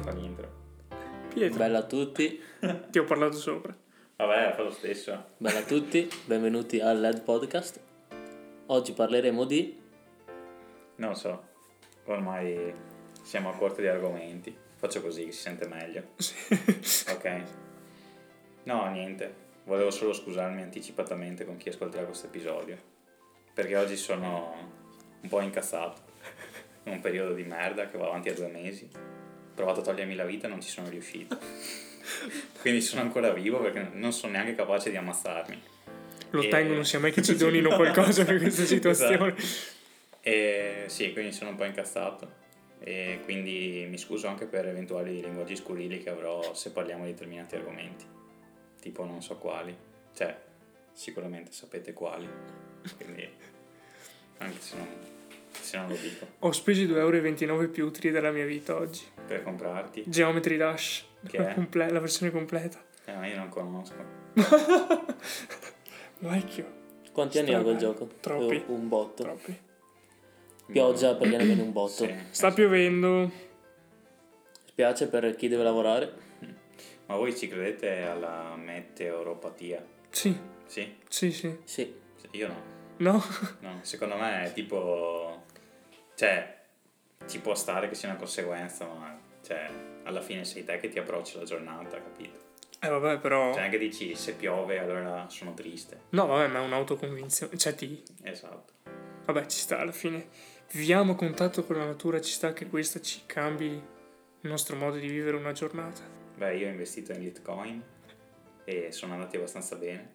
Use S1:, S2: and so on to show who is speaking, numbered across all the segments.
S1: fa l'intro.
S2: Pietro,
S3: Bella a tutti,
S2: ti ho parlato sopra.
S1: Vabbè, fa lo stesso.
S3: bella a tutti, benvenuti al LED Podcast. Oggi parleremo di...
S1: Non so, ormai siamo a corto di argomenti. Faccio così che si sente meglio. ok. No, niente. Volevo solo scusarmi anticipatamente con chi ascolterà questo episodio. Perché oggi sono un po' incazzato. In un periodo di merda che va avanti a due mesi. Ho provato a togliermi la vita e non ci sono riuscito. Quindi sono ancora vivo perché non sono neanche capace di ammazzarmi.
S2: Lo
S1: E-
S2: tengo, non sia mai che ci
S1: Eh. Sì,
S2: donino
S1: no.
S2: qualcosa per questa
S1: Esatto.
S2: situazione.
S1: E sì, quindi sono un po' incazzato. E quindi mi scuso anche per eventuali linguaggi scurili che avrò se parliamo di determinati argomenti. Tipo non so quali. Cioè, sicuramente sapete quali. Quindi, anche se non, se non lo dico,
S2: Ho speso 2,29 euro più utili della mia vita oggi.
S1: per comprarti.
S2: Geometry Dash,
S1: Che
S2: la,
S1: è?
S2: comple- la versione completa.
S1: Eh, ma io non conosco.
S2: Vecchio,
S3: Quanti anni ha quel
S2: Strano,
S3: gioco?
S2: troppi.
S3: Eh, Un botto.
S2: troppi.
S3: Pioggia perché ne viene un botto.
S1: Sì.
S2: Sta piovendo.
S3: Spiace per chi deve lavorare.
S1: Ma voi ci credete alla meteoropatia?
S2: Sì,
S1: Sì?
S2: sì, sì.
S3: Sì,
S1: Sì, Io no.
S2: No?
S1: No, secondo me è tipo... Cioè, ci può stare che sia una conseguenza, ma... Cioè, alla fine sei te che ti approcci la giornata, capito?
S2: Eh vabbè, però...
S1: Cioè, anche dici, se piove allora sono triste.
S2: No, vabbè, ma è un'autoconvinzione. Cioè, ti...
S1: Esatto.
S2: Vabbè, ci sta alla fine. Viviamo a contatto con la natura, ci sta che questa ci cambi il nostro modo di vivere una giornata.
S1: Beh, io ho investito in Bitcoin e sono andati abbastanza bene.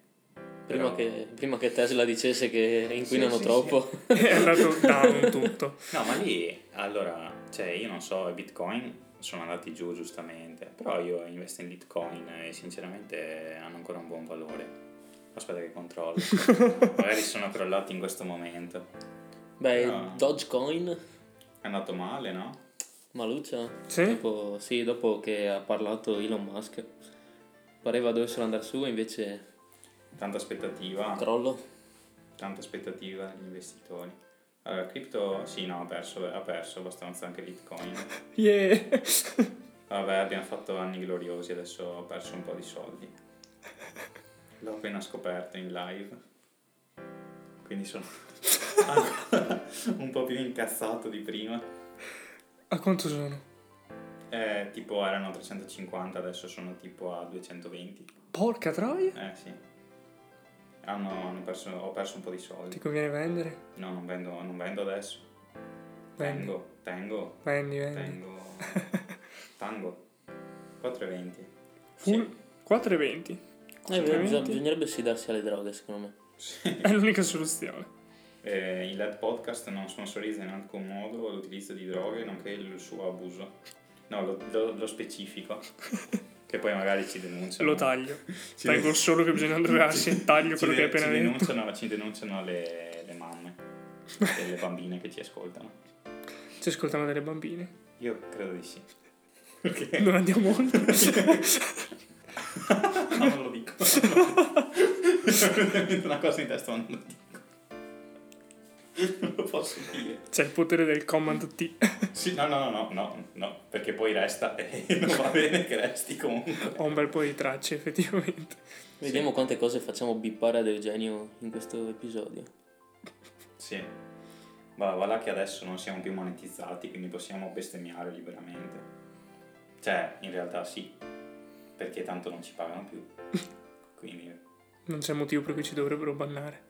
S3: prima,
S1: Però-
S3: che, prima che Tesla dicesse che inquinano
S1: Sì, sì,
S3: troppo.
S2: È andato down tutto.
S1: No, ma lì, allora, cioè, io non so, i Bitcoin sono andati giù giustamente, però io investo in Bitcoin e sinceramente hanno ancora un buon valore. Aspetta che controllo. Magari sono crollati in questo momento.
S3: Beh,
S1: No.
S3: Dogecoin,
S1: È andato male, no?
S3: maluccia.
S2: Sì?
S3: Dopo, sì, dopo che ha parlato Elon Musk, pareva dovessero andare su, invece
S1: Tanta aspettativa,
S3: crollo. Eh,
S1: tanta aspettativa degli investitori. Allora, cripto, sì, no, ha perso, ha perso abbastanza anche Bitcoin.
S2: Yeah!
S1: Vabbè, abbiamo fatto anni gloriosi, adesso ho perso un po' di soldi. L'ho appena scoperto in live. Quindi sono ancora un po' più incazzato di prima.
S2: A quanto sono?
S1: Eh, tipo erano 350, adesso sono tipo a 220.
S2: Porca troia!
S1: Eh sì. Hanno, hanno perso, ho perso un po' di
S2: Ti
S1: soldi.
S2: conviene vendere?
S1: No, non vendo, non vendo adesso.
S2: Vendi.
S1: Tengo, tengo,
S2: Vendi, vendi.
S1: tengo. Tango. 4,20.
S2: Full 4,20.
S3: Eh, bisogna-
S2: Veramente?
S3: bisognerebbe sì darsi alle droghe, secondo me.
S1: Sì.
S2: È l'unica soluzione.
S1: Eh, il LED podcast non sponsorizza in alcun modo l'utilizzo di droghe nonché il suo abuso. No, lo, lo- lo specifico. che poi magari ci denunciano.
S2: Lo taglio.
S1: Ci
S2: Tengo
S1: denun-
S2: solo che bisogna drogarsi e taglio quello
S1: ci
S2: che hai
S1: de- ci
S2: appena detto.
S1: denunciano, ci denunciano le, le mamme e le bambine che ci ascoltano.
S2: Ci ascoltano delle bambine.
S1: Io credo di sì. Eh.
S2: Non andiamo oltre.
S1: No, non lo dico. Mi metto una cosa in testa, ma non lo dico. Non lo posso dire.
S2: C'è il potere del command T.
S1: Sì, no, no, no, no, no, no, perché poi resta e non va bene che resti comunque.
S2: Ho un bel po' di tracce, effettivamente.
S3: Vediamo quante cose facciamo bippare ad Eugenio in questo episodio.
S1: Sì. Ma va là che adesso non siamo più monetizzati, quindi possiamo bestemmiare liberamente. Cioè, in realtà sì, perché tanto non ci pagano più. Quindi,
S2: Non c'è motivo per cui ci dovrebbero bannare.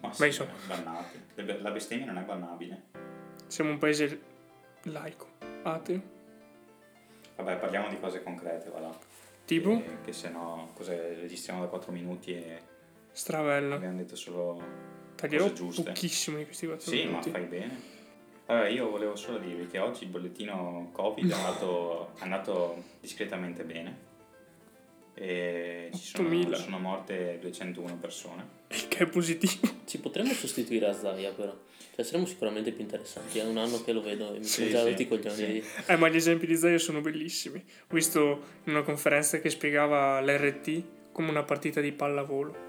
S1: ma sì,
S2: Beh, insomma.
S1: bannati. Le be- La bestemmia non è bannabile.
S2: Siamo un paese laico, ateo.
S1: Vabbè, parliamo di cose concrete, va là.
S2: Tipo?
S1: Che, che se no, cos'è, registriamo da 4 minuti e
S2: Stravella.
S1: abbiamo detto solo
S2: Taglierò
S1: Eh, Cose giuste.
S2: pochissimo di questi quattro
S1: Sì, ma
S2: minuti.
S1: fai bene. Allora, io volevo solo dirvi che oggi il bollettino Covid è, andato, è andato discretamente bene. E ci sono,
S2: 8.000.
S1: sono morte 201 persone.
S2: Il che è positivo.
S3: Ci potremmo sostituire a Zaya però. Cioè saremmo sicuramente più interessanti. È un anno che lo vedo e mi
S1: Sì,
S3: sono già
S1: sì,
S3: rotti i coglioni.
S1: sì.
S3: di-
S2: Eh, ma gli esempi di Zaio sono bellissimi. Ho visto in una conferenza che spiegava l'RT come una partita di pallavolo.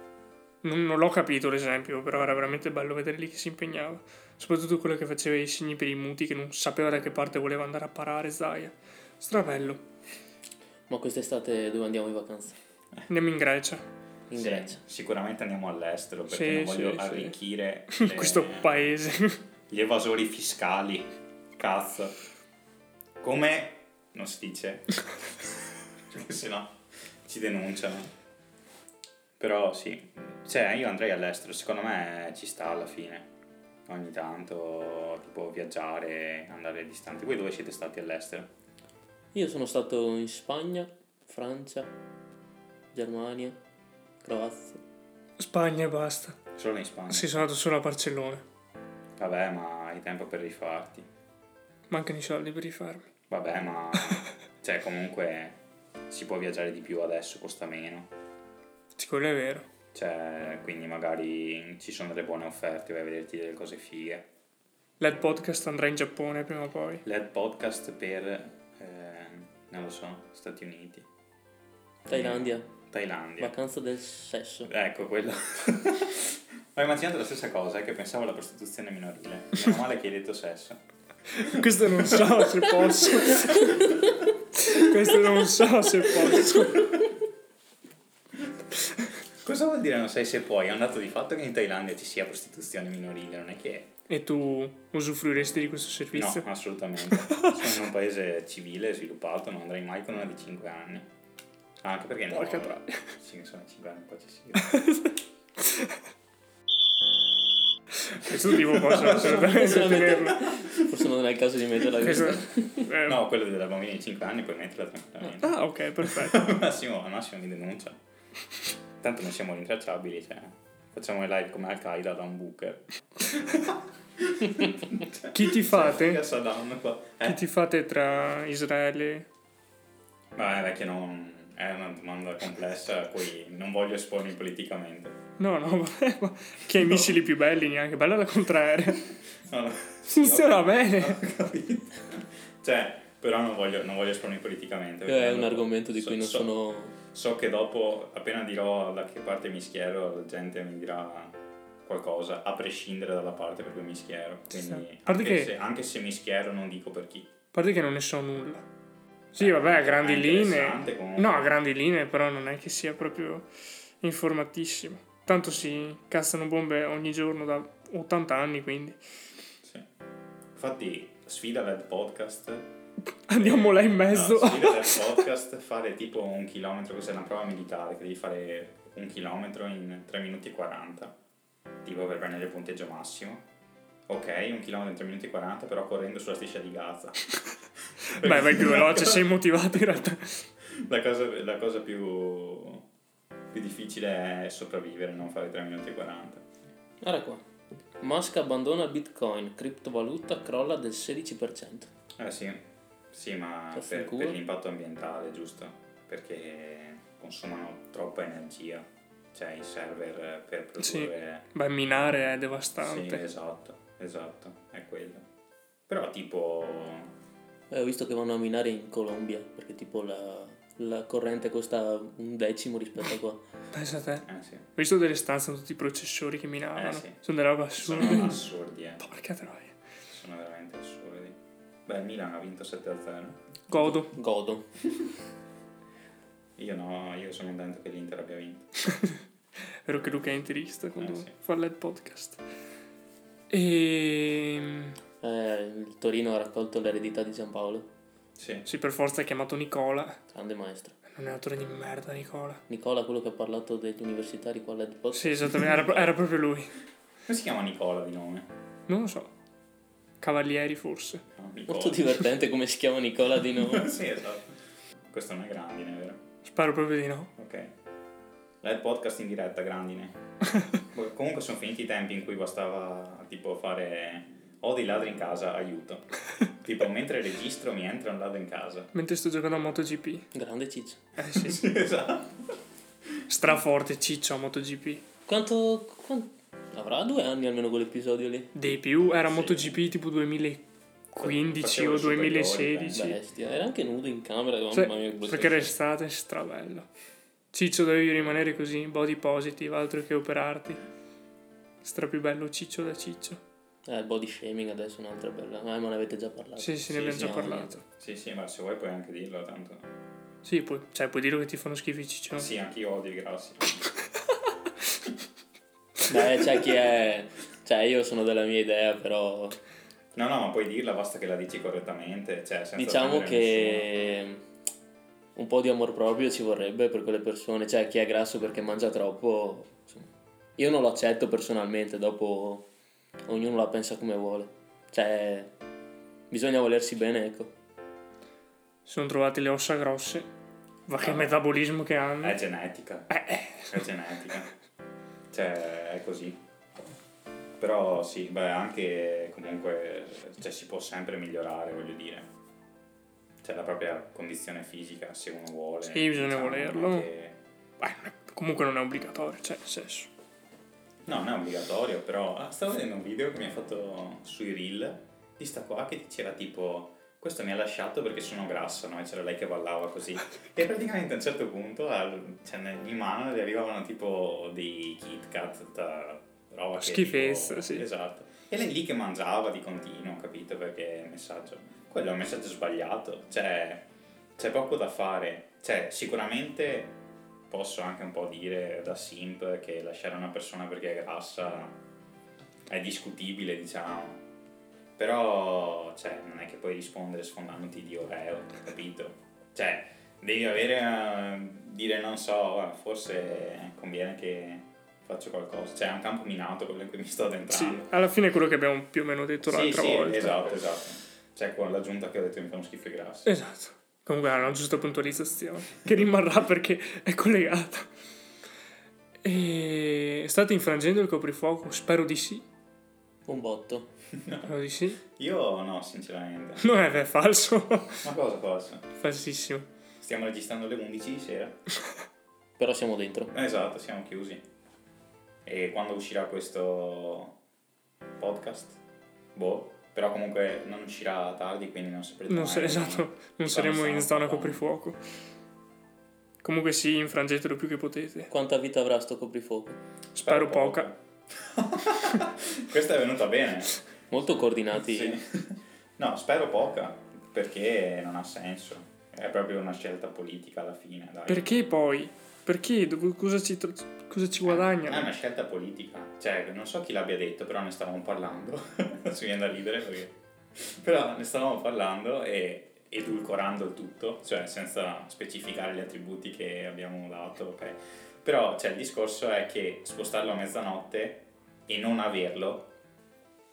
S2: Non, non l'ho capito l'esempio, però era veramente bello vedere lì che si impegnava. Soprattutto quello che faceva i segni per i muti, che non sapeva da che parte voleva andare a parare Zaia. Strabello.
S3: Ma quest'estate dove andiamo in vacanza?
S2: Andiamo in Grecia.
S3: In
S1: Sì,
S3: Grecia.
S1: Sicuramente andiamo all'estero perché
S2: Sì,
S1: non voglio
S2: sì, sì.
S1: arricchire
S2: In
S1: le-
S2: questo paese.
S1: gli evasori fiscali. Cazzo. Come non si dice? Perché se no ci denunciano. Però sì, cioè io andrei all'estero, secondo me ci sta alla fine. Ogni tanto tipo viaggiare, andare distanti. Voi dove siete stati all'estero?
S3: Io sono stato in Spagna, Francia, Germania, Croazia.
S2: Spagna e basta.
S1: Solo in Spagna.
S2: Sì, sono andato solo a Barcellona.
S1: Vabbè, ma hai tempo per rifarti.
S2: Mancano i soldi per rifarmi.
S1: Vabbè, ma cioè comunque si può viaggiare di più adesso, costa meno.
S2: Sì, quello è vero.
S1: Cioè, quindi magari ci sono delle buone offerte, vai a vederti delle cose fighe.
S2: Led Podcast andrà in Giappone prima o poi.
S1: Led podcast per, eh, non lo so, Stati Uniti,
S3: Thailandia,
S1: Thailandia.
S3: vacanza del sesso.
S1: Ecco, quello. Ho immaginato la stessa cosa, eh, che pensavo alla prostituzione minorile. Meno male che hai detto sesso.
S2: Questo non so se posso. Questo non so se posso.
S1: Cosa vuol dire non sai se puoi? È un dato di fatto che in Thailandia ci sia prostituzione minorile, non è che...
S2: E tu usufruiresti di questo
S1: No,
S2: servizio?
S1: assolutamente. Sono in un paese civile, sviluppato, non andrei mai con una di 5 anni. Anche perché no.
S2: Porca troia.
S1: Sì, sono 5 anni, poi ci si.
S2: Questo tipo posso assolutamente tenerlo.
S3: Forse non è il caso di metterla
S2: Questo-
S3: questa.
S2: eh,
S1: No, quello della bambina di 5 anni puoi metterla tranquillamente.
S2: Ah, ok, perfetto.
S1: Al massimo, al massimo mi denuncia. Tanto non siamo rintracciabili, cioè. Facciamo le live come Al-Qaeda da un booker.
S2: Chi ti
S1: Che
S2: fate?
S1: Saddam qua.
S2: Chi
S1: Eh,
S2: ti fate tra Israele?
S1: vabbè, vecchio, non... È una domanda complessa a cui non voglio espormi politicamente.
S2: No, no, vabbè, ma che hai i missili più belli neanche. Bella la contraerea.
S1: No, no.
S2: Funziona
S1: Ho
S2: bene.
S1: capito. cioè, però non voglio, non voglio espormi politicamente. perché
S3: Eh, È un
S1: dopo-
S3: argomento di
S1: so-
S3: cui non
S1: so-
S3: sono.
S1: So che dopo, appena dirò da che parte mi schiero, la gente mi dirà qualcosa, a prescindere dalla parte per cui mi schiero.
S2: Ci sta.
S1: Quindi,
S2: Guarda
S1: anche,
S2: che-
S1: se, anche se mi schiero, non dico per chi.
S2: A parte che non ne so nulla. Sì, vabbè, a
S1: È
S2: grandi
S1: interessante
S2: linee.
S1: comunque.
S2: No, a grandi linee, però non è che sia proprio informatissimo. Tanto si cazzano bombe ogni giorno da 80 anni, quindi
S1: Sì. Infatti, sfida del podcast.
S2: andiamo là in
S1: No,
S2: mezzo.
S1: sfida del podcast, fare tipo un chilometro, questa è una prova militare, che devi fare un chilometro in 3 minuti e 40, tipo per prendere il punteggio massimo. Ok, un chilometro in 3 minuti e 40, però correndo sulla striscia di Gaza.
S2: Beh, vai più veloce, sei motivato in realtà.
S1: La cosa, la cosa più, più difficile è sopravvivere, non fare 3 minuti e 40.
S3: Guarda qua. Musk abbandona Bitcoin, criptovaluta crolla del 16%.
S1: Eh sì, sì ma per,
S3: Vaffanculo.
S1: per l'impatto ambientale, giusto? Perché consumano troppa energia, cioè i server per
S2: Sì.
S1: produrre...
S2: Beh, minare è
S1: Sì,
S2: devastante.
S1: esatto, esatto, è quello. Però tipo...
S3: Eh, ho visto che vanno a minare in Colombia, perché tipo la, la corrente costa un decimo rispetto a qua.
S2: Pensa a te. Ho
S1: Eh sì,
S2: visto delle stanze con tutti i processori che minavano.
S1: Eh, sì.
S2: Sono delle robe
S1: sono
S2: assurde.
S1: assurdi, eh.
S2: Porca troia.
S1: Sono veramente assurdi. Beh, il Milan ha vinto 7-0.
S2: Godo.
S3: Godo.
S1: Io no, io sono contento che l'Inter abbia vinto.
S2: Vero che Luca è interista quando
S1: Eh, sì.
S2: fa il podcast. Ehm, E...
S3: Eh, il Torino ha raccolto l'eredità di Giampaolo,
S1: Sì.
S2: Sì, per forza è chiamato Nicola.
S3: grande maestro.
S2: Non è un autore di merda, Nicola.
S3: Nicola, quello che ha parlato degli universitari qua all'Edpost.
S2: Sì, esattamente, era, era proprio lui.
S1: Come si chiama Nicola di nome?
S2: Non lo so. Cavalieri forse.
S1: No, Nicola.
S3: Molto divertente come si chiama Nicola di nuovo.
S1: sì, esatto. Questo non è Grandine, vero?
S2: Spero proprio di no.
S1: Ok. Live podcast in diretta, Grandine. Boh, Comunque sono finiti i tempi in cui bastava tipo fare... Ho dei ladri in casa, aiuto. tipo, mentre registro mi entra un ladro in casa.
S2: Mentre sto giocando a MotoGP.
S3: Grande ciccio.
S2: Eh sì.
S1: Sì, esatto.
S2: Straforte ciccio a MotoGP.
S3: Quanto... quan- Avrà due anni almeno quell'episodio lì.
S2: Dei più era
S1: Sì.
S2: MotoGP tipo 2015
S1: Facevo
S2: o
S1: il superiore,
S2: 2016.
S3: Bestia. Era anche nudo in camera, mamma
S2: Cioè,
S3: mia. che brutto.
S2: perché restate strabello. Ciccio dovevi rimanere così, body positive, altro che operarti. Stra più bello ciccio da ciccio.
S3: Eh, il body shaming adesso è un'altra bella. Ah, ma ne avete già parlato.
S2: Sì, sì,
S1: Sì,
S2: ne abbiamo
S1: sì,
S2: già
S3: no,
S2: parlato.
S1: Sì, sì, ma se vuoi puoi anche dirlo, tanto.
S2: Sì, puoi, cioè, puoi dire che ti fanno schifo i ciccioni.
S1: Sì, anche io odio i grassi.
S3: Beh, c'è chi è. Cioè, io sono della mia idea, però.
S1: No, no, ma puoi dirla, basta che la dici correttamente. Cioè, senza
S3: diciamo
S1: offendere nessuno.
S3: che un po' di amor proprio ci vorrebbe per quelle persone, cioè chi è grasso perché mangia troppo, insomma. io non lo accetto personalmente, dopo ognuno la pensa come vuole, cioè bisogna volersi bene, ecco.
S2: Sono trovate le ossa grosse, ma che
S1: Ah. Eh.
S2: metabolismo che hanno. Eh,
S1: È genetica. È genetica. Cioè, è così. Però sì, beh, anche comunque cioè, si può sempre migliorare, voglio dire. Cioè, la propria condizione fisica, se uno vuole. Diciamo,
S2: Sì, bisogna
S1: non è
S2: volerlo.
S1: che-
S2: Beh, non è- comunque non è obbligatorio, cioè, nel senso.
S1: No, non è obbligatorio, però ah, stavo vedendo un video che mi ha fatto sui reel di sta qua che diceva tipo questo mi ha lasciato perché sono grassa, no? E c'era lei che ballava così. E praticamente a un certo punto al- cioè, nel- in mano le arrivavano tipo dei Kit Kat, tutta roba che,
S2: Schifezza,
S1: tipo-
S2: sì.
S1: Esatto. E lei lì che mangiava di continuo, capito? Perché il messaggio... Quello è un messaggio sbagliato, cioè c'è poco da fare. Cioè, sicuramente posso anche un po' dire da simp che lasciare una persona perché è grassa è discutibile, diciamo. Però, cioè, non è che puoi rispondere sfondandoti di Oreo, capito? Cioè, devi avere, eh, dire, non so, guarda, forse conviene che faccio qualcosa. Cioè, è un campo minato quello in cui mi sto
S2: Sì,
S1: addentrando.
S2: alla fine è quello che abbiamo più o meno detto l'altra volta.
S1: Ah. esatto, esatto. Cioè, con l'aggiunta che ho detto mi fanno schifo i grassi.
S2: Esatto. Comunque è una giusta puntualizzazione che rimarrà perché è collegata. E state infrangendo il coprifuoco? Spero di sì.
S3: Un botto.
S2: Spero di sì.
S1: Io no, sinceramente.
S2: Non è, è falso.
S1: Ma cosa faccio?
S2: Falsissimo.
S1: Stiamo registrando alle 11 di sera.
S3: Però siamo dentro.
S1: Esatto, siamo chiusi. E quando uscirà questo podcast? Boh, però comunque non uscirà tardi, quindi non saprete
S2: Non
S1: mai
S2: sa- esatto, non saremo in zona
S1: stiamo
S2: coprifuoco. Comunque sì, infrangetelo più che potete.
S3: Quanta vita avrà sto coprifuoco?
S2: Spero poca.
S1: Questa è venuta bene.
S3: Molto coordinati.
S1: Sì. No, spero poca, perché non ha senso. È proprio una scelta politica alla fine, dai.
S2: Perché poi? Perché? Dove- Cosa ci, tro- cosa ci
S1: Ah, È una
S2: guadagnano?
S1: scelta politica, cioè non so chi l'abbia detto, però ne stavamo parlando, si viene da ridere perché... Però ne stavamo parlando e edulcorando il tutto, cioè senza specificare gli attributi che abbiamo dato, ok? Però cioè, il discorso è che spostarlo a mezzanotte e non averlo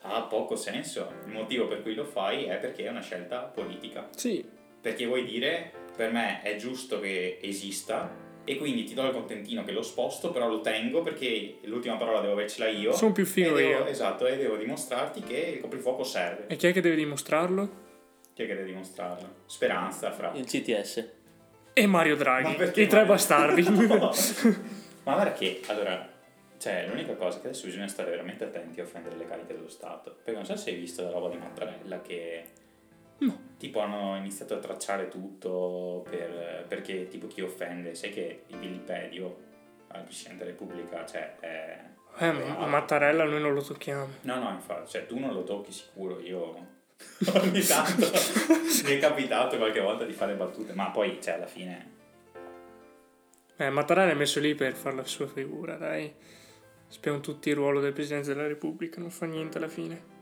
S1: ha poco senso. Il motivo per cui lo fai è perché è una scelta politica
S2: Sì,
S1: perché vuoi dire per me è giusto che esista e quindi ti do il contentino che lo sposto però lo tengo perché l'ultima parola devo avercela io
S2: sono più
S1: e
S2: figo
S1: devo,
S2: io. Eh.
S1: esatto e devo dimostrarti che il coprifuoco serve
S2: E chi è che deve dimostrarlo?
S1: chi è che deve dimostrarlo? Speranza fra
S3: Il CTS.
S2: E Mario
S1: Ma
S2: Draghi,
S1: perché
S2: i tre
S1: Mario?
S2: bastardi.
S1: No. ma guarda che allora cioè l'unica cosa che adesso bisogna stare veramente attenti a offendere le cariche dello Stato perché non so se hai visto la roba di Mattarella che
S2: No.
S1: tipo hanno iniziato a tracciare tutto per- perché tipo chi offende sai che il vilipedio al Presidente della Repubblica cioè è
S2: Eh, ma a Mattarella noi non lo tocchiamo.
S1: no no infatti cioè tu non lo tocchi sicuro io ogni tanto mi è capitato qualche volta di fare battute ma poi cioè alla fine
S2: Eh, Mattarella è messo lì per fare la sua figura, dai. Spiamo tutti il ruolo del Presidente della Repubblica, non fa niente alla fine.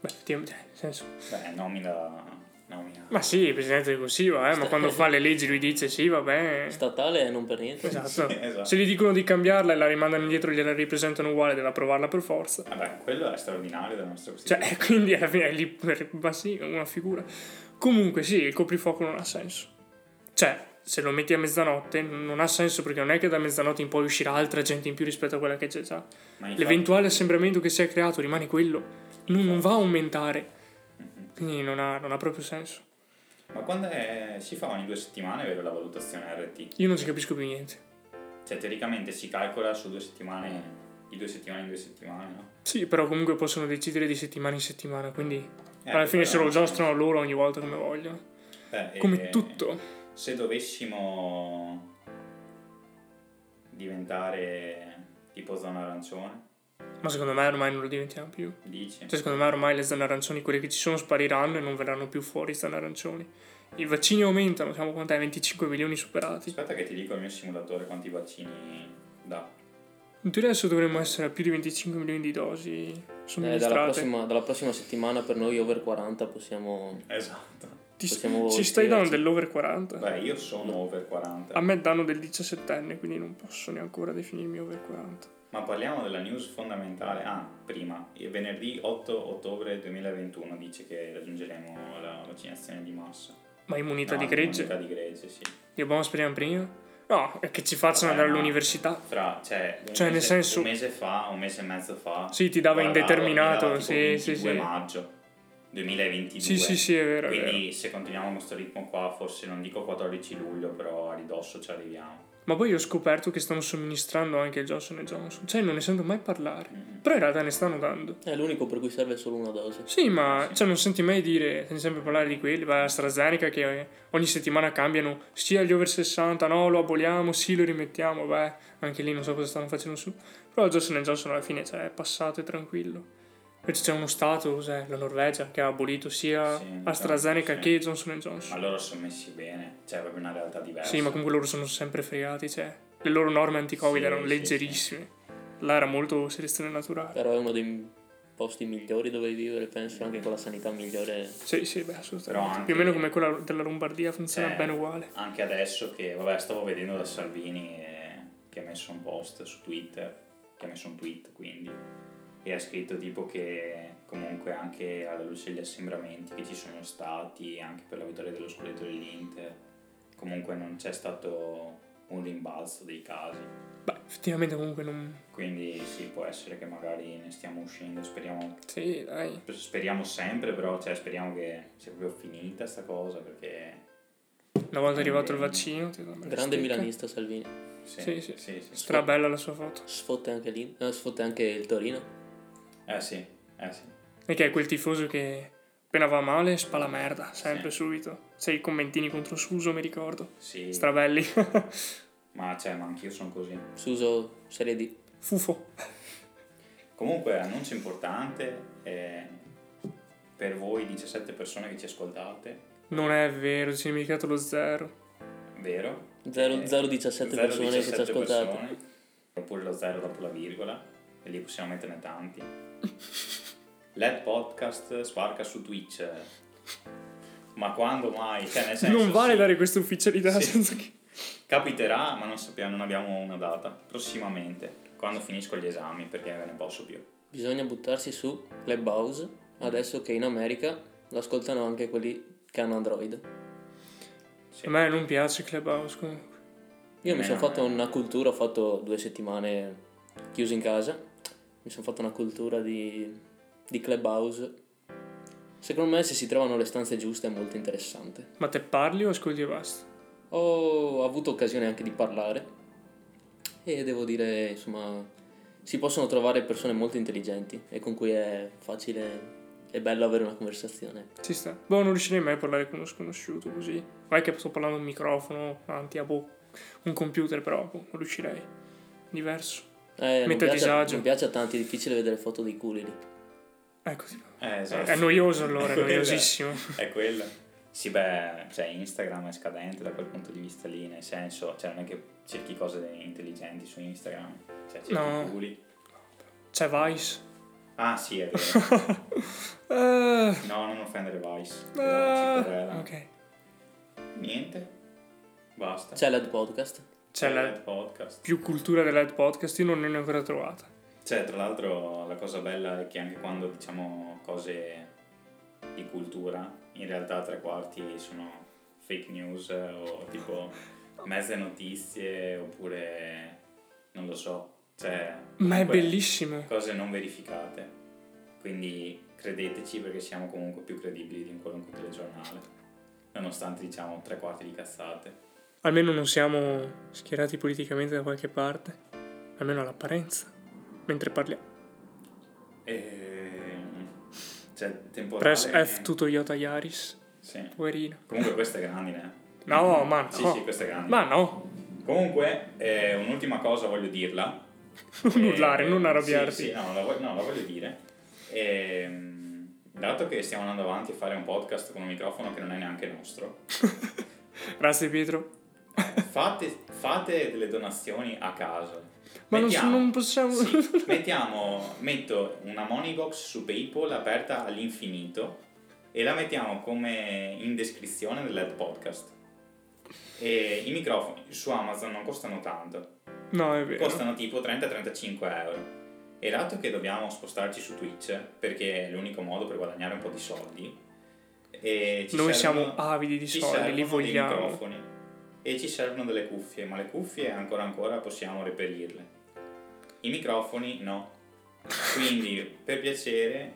S2: Beh, ti- cioè, nel senso...
S1: beh nomina nomina
S2: Ma sì, il Presidente del Consiglio, eh, ma quando fa le leggi lui dice sì, vabbè...
S3: Statale non per niente.
S2: Esatto.
S1: Sì, esatto.
S2: Se gli dicono di cambiarla e la rimandano indietro e gliela ripresentano uguale, deve approvarla per forza.
S1: vabbè quello è straordinario della nostra
S2: Cioè,
S1: Costituzione
S2: quindi alla fine è lì per... Ma sì, è una figura. Comunque sì, il coprifuoco non ha senso. Cioè, se lo metti a mezzanotte non ha senso perché non è che da mezzanotte in poi uscirà altra gente in più rispetto a quella che c'è già.
S1: Ma infatti-
S2: L'eventuale assembramento che si è creato rimane quello. Non, non va a aumentare. Quindi non ha, non ha proprio senso.
S1: ma quando è- si fa ogni due settimane vero la valutazione RT
S2: Io non ci capisco più niente.
S1: Cioè, teoricamente si calcola su due settimane, di due settimane in due settimane, no?
S2: Sì, però comunque possono decidere di settimana in settimana, quindi
S1: Eh,
S2: alla fine
S1: però-
S2: se lo giostrano loro ogni volta come vogliono.
S1: Eh, e-
S2: Come tutto.
S1: Se dovessimo diventare tipo zona arancione,
S2: Ma secondo me ormai non lo diventiamo più.
S1: Dici?
S2: Cioè, secondo me ormai le zone arancioni, quelle che ci sono, spariranno e non verranno più fuori zone arancioni. I vaccini aumentano, siamo quant'è? 25 milioni superati.
S1: Aspetta che ti dico il mio simulatore quanti vaccini dà.
S2: In teoria adesso dovremmo essere a più di 25 milioni di dosi
S3: Eh, dalla,
S2: somministrate.
S3: prossima, dalla prossima settimana per noi over 40 possiamo...
S1: Esatto.
S2: Ti-
S3: possiamo
S2: ci stai
S3: iscriverci.
S2: dando dell'over 40?
S1: Beh, io sono over 40.
S2: A me danno del 17enne, quindi non posso neanche ancora definirmi over 40.
S1: Ma parliamo della news fondamentale. Ah, prima, il venerdì 8 ottobre 2021 dice che raggiungeremo la vaccinazione di massa.
S2: Ma immunità
S1: No,
S2: di gregge?
S1: Immunità di gregge, sì.
S2: Io boh, speriamo prima. No, è che ci facciano
S1: Vabbè,
S2: andare
S1: ma-
S2: all'università.
S1: Fra, cioè, un,
S2: Cioè, nel
S1: mese,
S2: senso-
S1: un mese fa, un mese e mezzo fa.
S2: Sì, ti dava
S1: guardavo,
S2: indeterminato,
S1: mi dava tipo
S2: sì, sì, sì.
S1: 22 maggio 2022.
S2: Sì, sì, sì, è vero. è vero.
S1: Quindi se continuiamo con questo ritmo qua, forse non dico 14 luglio, però a ridosso ci arriviamo.
S2: Ma poi ho scoperto che stanno somministrando anche il Johnson Johnson. Cioè, non ne sento mai parlare. Però in realtà ne stanno dando.
S3: È l'unico per cui serve solo una dose.
S2: Sì, ma cioè, non senti mai dire, senti sempre parlare di quelli, vai AstraZeneca che eh, ogni settimana cambiano sia gli over 60, no, lo aboliamo, sì, lo rimettiamo, beh, anche lì non so cosa stanno facendo su. Però il Johnson Johnson alla fine cioè, è passato e tranquillo. Perché c'è uno stato, cos'è, la Norvegia, che ha abolito sia
S1: Sì,
S2: AstraZeneca
S1: sì.
S2: che Johnson Johnson.
S1: Ma loro sono messi bene, cioè è proprio una realtà diversa.
S2: Sì, ma comunque loro sono sempre fregati, cioè. Le loro norme anti-Covid
S1: Sì,
S2: erano
S1: sì,
S2: leggerissime. Là era molto selezione naturale.
S3: Però è uno dei posti migliori dove vivere, penso, anche con la sanità migliore.
S2: Sì, sì, beh,
S1: Però
S2: assolutamente.
S1: anche-
S2: Più o meno come quella della Lombardia funziona
S1: Cioè,
S2: bene uguale.
S1: Anche adesso che, vabbè, stavo vedendo da Salvini eh, che ha messo un post su Twitter, che ha messo un tweet quindi, e ha scritto tipo che comunque anche alla luce degli assembramenti che ci sono stati, anche per la vittoria dello scudetto dell'Inter, comunque non c'è stato un rimbalzo dei casi.
S2: Beh, effettivamente comunque non...
S1: Quindi sì, può essere che magari ne stiamo uscendo, speriamo,
S2: Sì, dai.
S1: speriamo sempre, però cioè, speriamo che sia proprio finita sta cosa perché...
S2: Una volta arrivato il
S1: eh.
S2: vaccino... Ti dà una bella
S3: Grande
S2: stecca.
S3: milanista Salvini.
S2: Sì, sì.
S1: sì, sì, sì.
S2: Strabella la sua foto.
S3: Sfotte anche lì. eh, sfotte anche il Torino.
S1: Eh sì, eh sì.
S2: E che è quel tifoso che appena va male spala merda, sempre
S1: Sì.
S2: subito. Sei i commentini contro Suso, mi ricordo.
S1: Sì,
S2: Strabelli.
S1: ma, cioè, ma anch'io sono così.
S3: Suso Serie D.
S2: Fufo.
S1: Comunque, annuncio importante, eh, per voi 17 persone che ci ascoltate,
S2: Non è vero, ci è dimenticato lo zero.
S1: vero?
S3: Zero-
S1: Eh,
S3: zero 17
S1: zero
S3: persone che ci
S1: 17
S3: ascoltate.
S1: persone, oppure lo zero dopo la virgola, e lì possiamo metterne tanti. Let Podcast sparca su Twitch. Ma quando mai? Cioè, nel senso,
S2: non vale
S1: sì,
S2: dare questa ufficialità
S1: Sì.
S2: senza che...
S1: Capiterà, ma non sappiamo, non abbiamo una data. Prossimamente, quando finisco gli esami, perché ne posso più.
S3: Bisogna buttarsi su Clubhouse. Adesso che in America lo ascoltano anche quelli che hanno Android.
S1: Sì.
S2: A me non piace Clubhouse comunque.
S3: Io mi
S1: Eh,
S3: sono
S1: no,
S3: fatto
S1: eh.
S3: una cultura, ho fatto due settimane chiuso in casa, mi sono fatto una cultura di, di clubhouse. Secondo me se si trovano le stanze giuste è molto interessante.
S2: Ma te parli o ascolti e basta?
S3: Ho avuto occasione anche di parlare e devo dire, insomma, si possono trovare persone molto intelligenti e con cui è facile e bello avere una conversazione.
S2: Ci sta. Boh, non riuscirei mai a parlare con uno sconosciuto così. Vai che sto parlando a un microfono davanti a boh, un computer, però boh, non riuscirei. Diverso.
S3: Eh, non,
S2: Mette a
S3: piace,
S2: disagio.
S3: non piace a tanti, è difficile vedere foto dei culi lì.
S2: Ecco, sì.
S1: Eh, esatto.
S2: è noioso allora, è
S1: Quella-
S2: noiosissimo.
S1: È quello. Sì, beh, cioè Instagram è scadente da quel punto di vista lì, nel senso, cioè non è che cerchi cose intelligenti su Instagram, cioè cerchi
S2: No.
S1: i culi.
S2: C'è Vice.
S1: Ah, sì, è vero.
S2: Eh,
S1: no, non offendere Vice.
S2: eh,
S1: Ci querela.
S2: ok.
S1: Niente. Basta.
S3: C'è l'Ed Podcast.
S2: C'è Cioè, la
S1: il podcast.
S2: più cultura dell'head podcast, io non ne ho ancora trovata.
S1: Cioè, tra l'altro, la cosa bella è che anche quando diciamo cose di cultura, in realtà tre quarti sono fake news eh, o tipo mezze notizie oppure non lo so. Cioè,
S2: Ma è
S1: comunque,
S2: bellissimo.
S1: Cose non verificate. Quindi credeteci perché siamo comunque più credibili di un qualunque telegiornale. Nonostante diciamo tre quarti di cazzate.
S2: Almeno non siamo schierati politicamente da qualche parte, almeno all'apparenza. Mentre parliamo.
S1: E... Cioè, temporale...
S2: Press F to Toyota Yaris,
S1: Sì.
S2: poverino.
S1: Comunque questa è grandine.
S2: No, ma no.
S1: Sì, sì, questa è grande.
S2: Ma no.
S1: Comunque, eh, un'ultima cosa voglio dirla,
S2: Non urlare,
S1: Eh,
S2: non arrabbiarti.
S1: Sì, sì, no, la, vo- no, la voglio dire. Ehm, dato che stiamo andando avanti a fare un podcast con un microfono che non è neanche nostro, eh,
S2: Grazie Pietro.
S1: fate, fate delle donazioni a caso.
S2: Ma non, so-
S1: Mettiamo-
S2: non possiamo...
S1: sì, mettiamo, metto una money box su PayPal aperta all'infinito e la mettiamo come in descrizione del podcast. E i microfoni su Amazon non costano tanto,
S2: No, è vero.
S1: costano tipo 30-35 euro. E dato che dobbiamo spostarci su Twitch, perché è l'unico modo per guadagnare un po' di soldi, e ci servono-
S2: Noi siamo ah, avidi di
S1: ci
S2: soldi, li
S1: servono dei
S2: vogliamo.
S1: microfoni e ci servono delle cuffie, ma le cuffie ancora ancora possiamo reperirle. I microfoni no. Quindi, per piacere,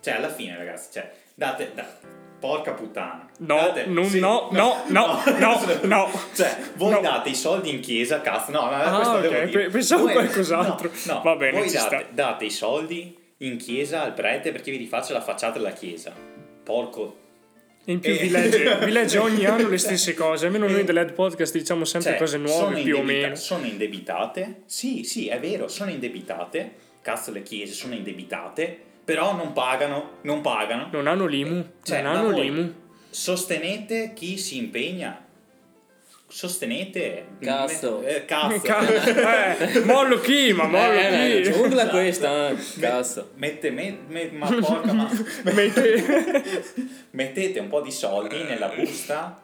S1: cioè alla fine ragazzi, cioè date, da- porca puttana.
S2: No,
S1: Date-
S2: non- no, no, no, no, no.
S1: Cioè, voi
S2: No.
S1: date i soldi in chiesa, cazzo. No, no,
S2: Ah,
S1: questo
S2: ok,
S1: devo dire.
S2: pe- pensavo
S1: Voi-
S2: qualcos'altro.
S1: No, no,
S2: Va bene,
S1: voi
S2: ci
S1: date,
S2: sta.
S1: date i soldi in chiesa al prete perché vi rifaccia la facciata della chiesa. Porco
S2: E in più
S1: Eh.
S2: vi legge, vi legge ogni anno le stesse cose. Almeno noi dell'Ed Podcast diciamo sempre
S1: Cioè,
S2: cose nuove
S1: sono
S2: più o
S1: indebita-
S2: meno.
S1: Sono indebitate? Sì, sì, è vero, sono indebitate. Cazzo, le chiese sono indebitate, però non pagano, non pagano.
S2: Non hanno l'IMU.
S1: Cioè,
S2: non
S1: ma
S2: hanno
S1: voi
S2: l'IMU.
S1: Sostenete chi si impegna. Sostenete.
S3: Cazzo.
S1: Eh, cazzo.
S2: Cazzo, eh, mollo chi, ma mollo
S3: Eh, eh,
S2: chi.
S3: giungla questa, eh. cazzo.
S1: Mette, me- me- ma porca, ma-
S2: Mette-
S1: mettete un po' di soldi nella busta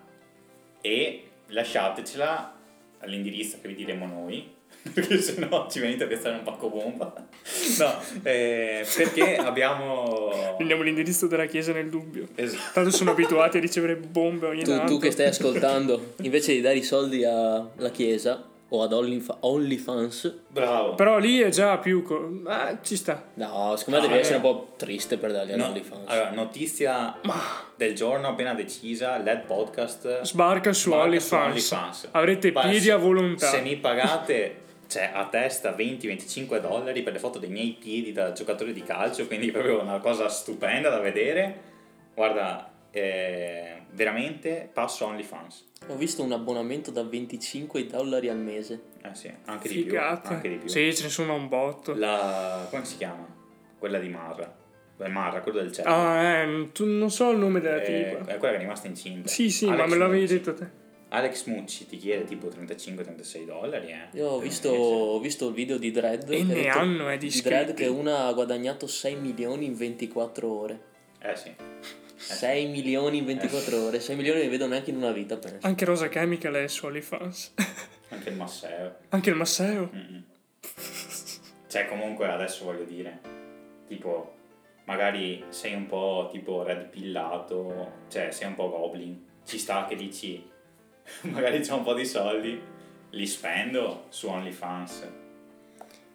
S1: e lasciatecela all'indirizzo che vi diremo noi perché sennò ci venite a piazzare un pacco bomba no eh, perché abbiamo
S2: Prendiamo l'indirizzo della chiesa nel dubbio.
S1: esatto
S2: Tanto sono abituati a ricevere bombe ogni
S3: Tu,
S2: tanto.
S3: tu che stai ascoltando, invece di dare i soldi alla chiesa o ad Onlyf- OnlyFans,
S1: bravo
S2: Però lì è già più... co- ah, ci sta.
S3: no, secondo me
S1: No,
S3: devi essere un
S1: eh.
S3: po' triste per darli ad
S1: No,
S3: OnlyFans.
S1: allora, notizia del giorno appena decisa LED podcast
S2: Sbarca su
S1: Sbarca
S2: OnlyFans.
S1: su OnlyFans.
S2: Avrete
S1: Ma
S2: piedi
S1: se-
S2: a volontà.
S1: Se mi pagate cioè, a testa 20-25 dollari per le foto dei miei piedi da giocatore di calcio, quindi proprio una cosa stupenda da vedere. Guarda, eh, veramente passo OnlyFans.
S3: Ho visto un abbonamento da 25 dollari al mese.
S1: Eh sì, anche di più.
S2: Figata.
S1: Anche di più.
S2: Sì, ce ne sono un botto.
S1: La, come si chiama? Quella di Marra. Beh, Marra, quella del cielo.
S2: Ah, eh, tu non so il nome
S1: è,
S2: della tipa.
S1: è quella che è rimasta incinta.
S2: Sì, sì,
S1: Eh, Alex
S2: ma me l'avevi
S1: Mucci.
S2: detto te.
S1: Alex Mucci ti chiede tipo 35-36 dollari. Eh,
S3: Io ho
S1: per un
S3: visto,
S1: mese.
S3: ho visto il video di Dredd.
S2: E
S3: che ha
S2: ne
S3: detto-
S2: hanno, eh, di
S3: Dredd
S2: iscritti.
S3: che una ha guadagnato 6 milioni in 24 ore.
S1: Eh sì.
S3: 6 milioni in
S2: Eh.
S3: 24 ore. 6 milioni ne vedo neanche in una vita, penso.
S2: Anche Rosa Chemical è su OnlyFans.
S1: Anche il Masseo.
S2: Anche il Masseo.
S1: Mm-mm. Cioè, comunque adesso voglio dire, tipo, magari sei un po' tipo red pillato, cioè sei un po' goblin, ci sta che dici, magari c'ho un po' di soldi, li spendo su OnlyFans.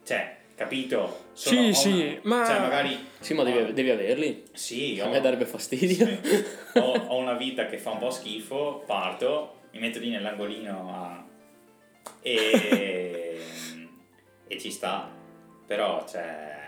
S1: Cioè, capito?
S2: Sì,
S1: ho
S2: sì, ma-
S1: Cioè, magari...
S3: Sì, ma devi, devi averli.
S1: Sì,
S3: A
S1: ho-
S3: me darebbe fastidio.
S1: sì. ho, ho una vita che fa un po' schifo, parto, mi metto lì nell'angolino a... e... e ci sta. Però, cioè...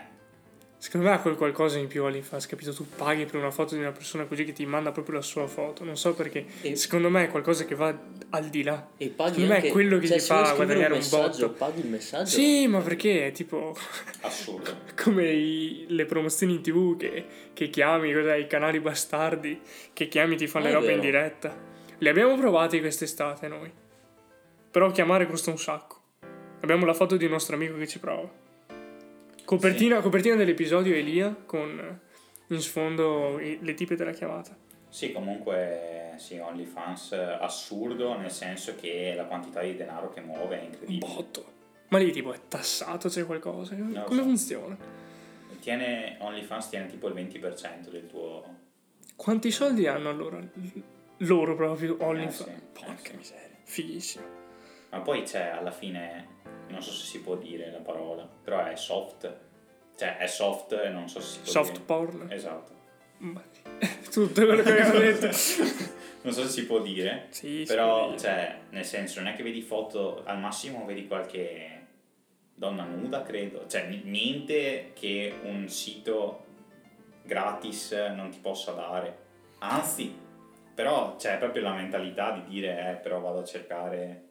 S2: Secondo me ha quel qualcosa in più OnlyFans, capito? Tu paghi per una foto di una persona così che ti manda proprio la sua foto. Non so perché.
S3: E-
S2: Secondo me è qualcosa che va al di là.
S3: E paghi
S2: Secondo me è
S3: anche-
S2: quello che
S3: cioè,
S2: gli
S3: se
S2: fa
S3: vuoi scrivere
S2: guadagnare un
S3: messaggio,
S2: botto.
S3: Paghi il messaggio.
S2: Sì, ma perché è tipo
S1: Assurdo.
S2: come i- le promozioni in tv che, che chiami, cos'è, i canali bastardi che chiami ti fanno
S3: Ah,
S2: le
S3: è
S2: robe in
S3: vero.
S2: diretta. Li abbiamo provati quest'estate noi. Però chiamare costa un sacco. Abbiamo la foto di un nostro amico che ci prova. Copertina, copertina dell'episodio Elia con in sfondo i- le tipe della chiamata.
S1: Sì, comunque, sì, OnlyFans eh, assurdo, nel senso che la quantità di denaro che muove è
S2: Un
S1: incredibile.
S2: botto. Ma lì tipo è tassato, c'è qualcosa.
S1: lo
S2: Come
S1: so.
S2: funziona? Boh.
S1: Tiene, OnlyFans tiene tipo il 20% del tuo...
S2: Quanti soldi hanno allora? Loro proprio, OnlyFans.
S1: sì, eh,
S2: Porca
S1: sì.
S2: miseria. Fighissimo.
S1: Ma poi c'è, alla fine, non so se si può dire la parola, però è soft. Cioè, è soft e non so se si può
S2: Soft
S1: dire.
S2: porn.
S3: Eh,
S1: Esatto.
S2: Ma- Tutto quello che abbiamo detto.
S1: non so se si può dire,
S2: Sì,
S1: però,
S2: sì.
S1: cioè, nel senso, non è che vedi foto, al massimo vedi qualche donna nuda, credo, cioè, n- niente che un sito gratis non ti possa dare, cioè, anzi, però, c'è proprio la mentalità di dire, eh, però vado a cercare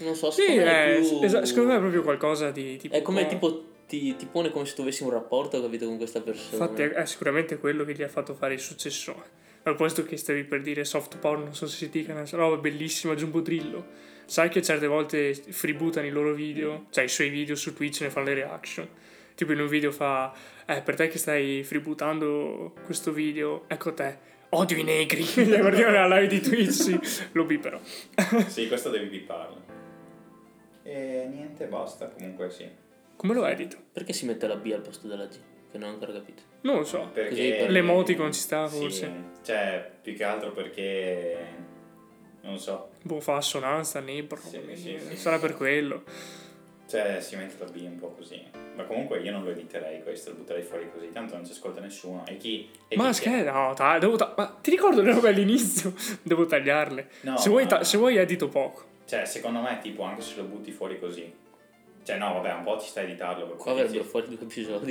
S3: Non so,
S2: Sì,
S3: secondo me
S2: è-
S3: è più...
S2: esa- secondo me è proprio eh. qualcosa di tipo...
S3: È come tipo ti, ti pone come se tu avessi un rapporto, capito, con questa persona.
S2: Infatti è, è sicuramente quello che gli ha fatto fare il successore. A proposito che stavi per dire soft porn, non so se si dica una roba bellissima, Jumbo Drillo. Sai che certe volte freebootano i loro video, cioè i suoi video su Twitch ne fanno le reaction. Tipo in un video fa, eh, per te che stai freebootando questo video, ecco te. Odio i negri, Cioè, guardiamo la live di Twitch, sì. lo però.
S1: Sì, questo devi biparlo. E Eh, niente, basta. Comunque sì.
S2: Come lo edito?
S3: Perché si mette la B al posto della G? Che non ho ancora capito.
S2: Non lo so.
S3: Così
S1: Perché...
S3: per-
S2: L'emoticon ci sta,
S1: Sì,
S2: forse.
S1: Cioè, più che altro perché... Non so.
S2: Boh, fa assonanza, nebro.
S1: Sì, sì, sì.
S2: Sarà per quello.
S1: Cioè, si mette la B un po' così. Ma comunque io non lo editerei questo, lo butterei fuori così. Tanto non ci ascolta nessuno. E chi... E
S2: Ma
S1: chi c'è?
S2: scherzo, no, ta- devo ta- ma ti ricordo le robe all'inizio? devo tagliarle.
S1: No,
S2: se, vuoi
S1: ma-
S2: ta- se vuoi edito poco.
S1: Cioè, secondo me, tipo, anche se lo butti fuori così... Cioè, no, vabbè, un po' ci sta a editarlo. perché
S3: Qua avrebbero
S1: ci-
S3: fuori due episodi.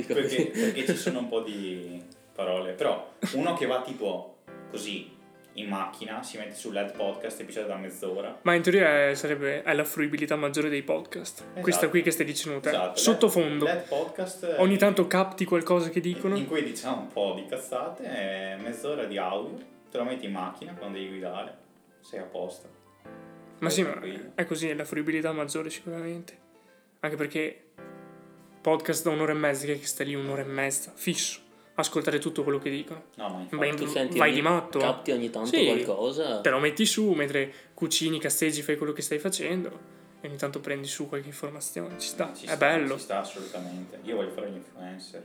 S1: perché,
S3: così.
S1: perché ci sono un po' di parole. Però uno che va tipo così in macchina, si mette sull'head podcast, episodio da mezz'ora.
S2: Ma in teoria è, sarebbe, è la fruibilità maggiore dei podcast.
S1: Esatto.
S2: Questa qui che stai dicendo te. Sottofondo.
S1: L'head Esatto, podcast. eh,
S2: Ogni tanto capti qualcosa che dicono.
S1: In cui diciamo un po' di cazzate, eh, mezz'ora di audio. Te lo metti in macchina quando devi guidare. Sei a posto.
S2: Ma sì, ma
S1: tranquillo.
S2: è così, è la fruibilità maggiore sicuramente. Anche perché podcast da un'ora e mezza, che è che stai lì un'ora e mezza, fisso. Ascoltare tutto quello che dicono.
S1: No, ma infatti.
S2: Beh, in-
S3: Tu senti
S2: vai
S3: ogni-
S2: di matto.
S3: Capti ogni tanto
S2: Sì. Cioè
S3: qualcosa.
S2: Te lo metti su mentre cucini, casteggi, fai quello che stai facendo. E ogni tanto prendi su qualche informazione. Ci sta,
S1: ci
S2: è
S1: sta,
S2: bello.
S1: Ci sta assolutamente. Io voglio fare l'influencer.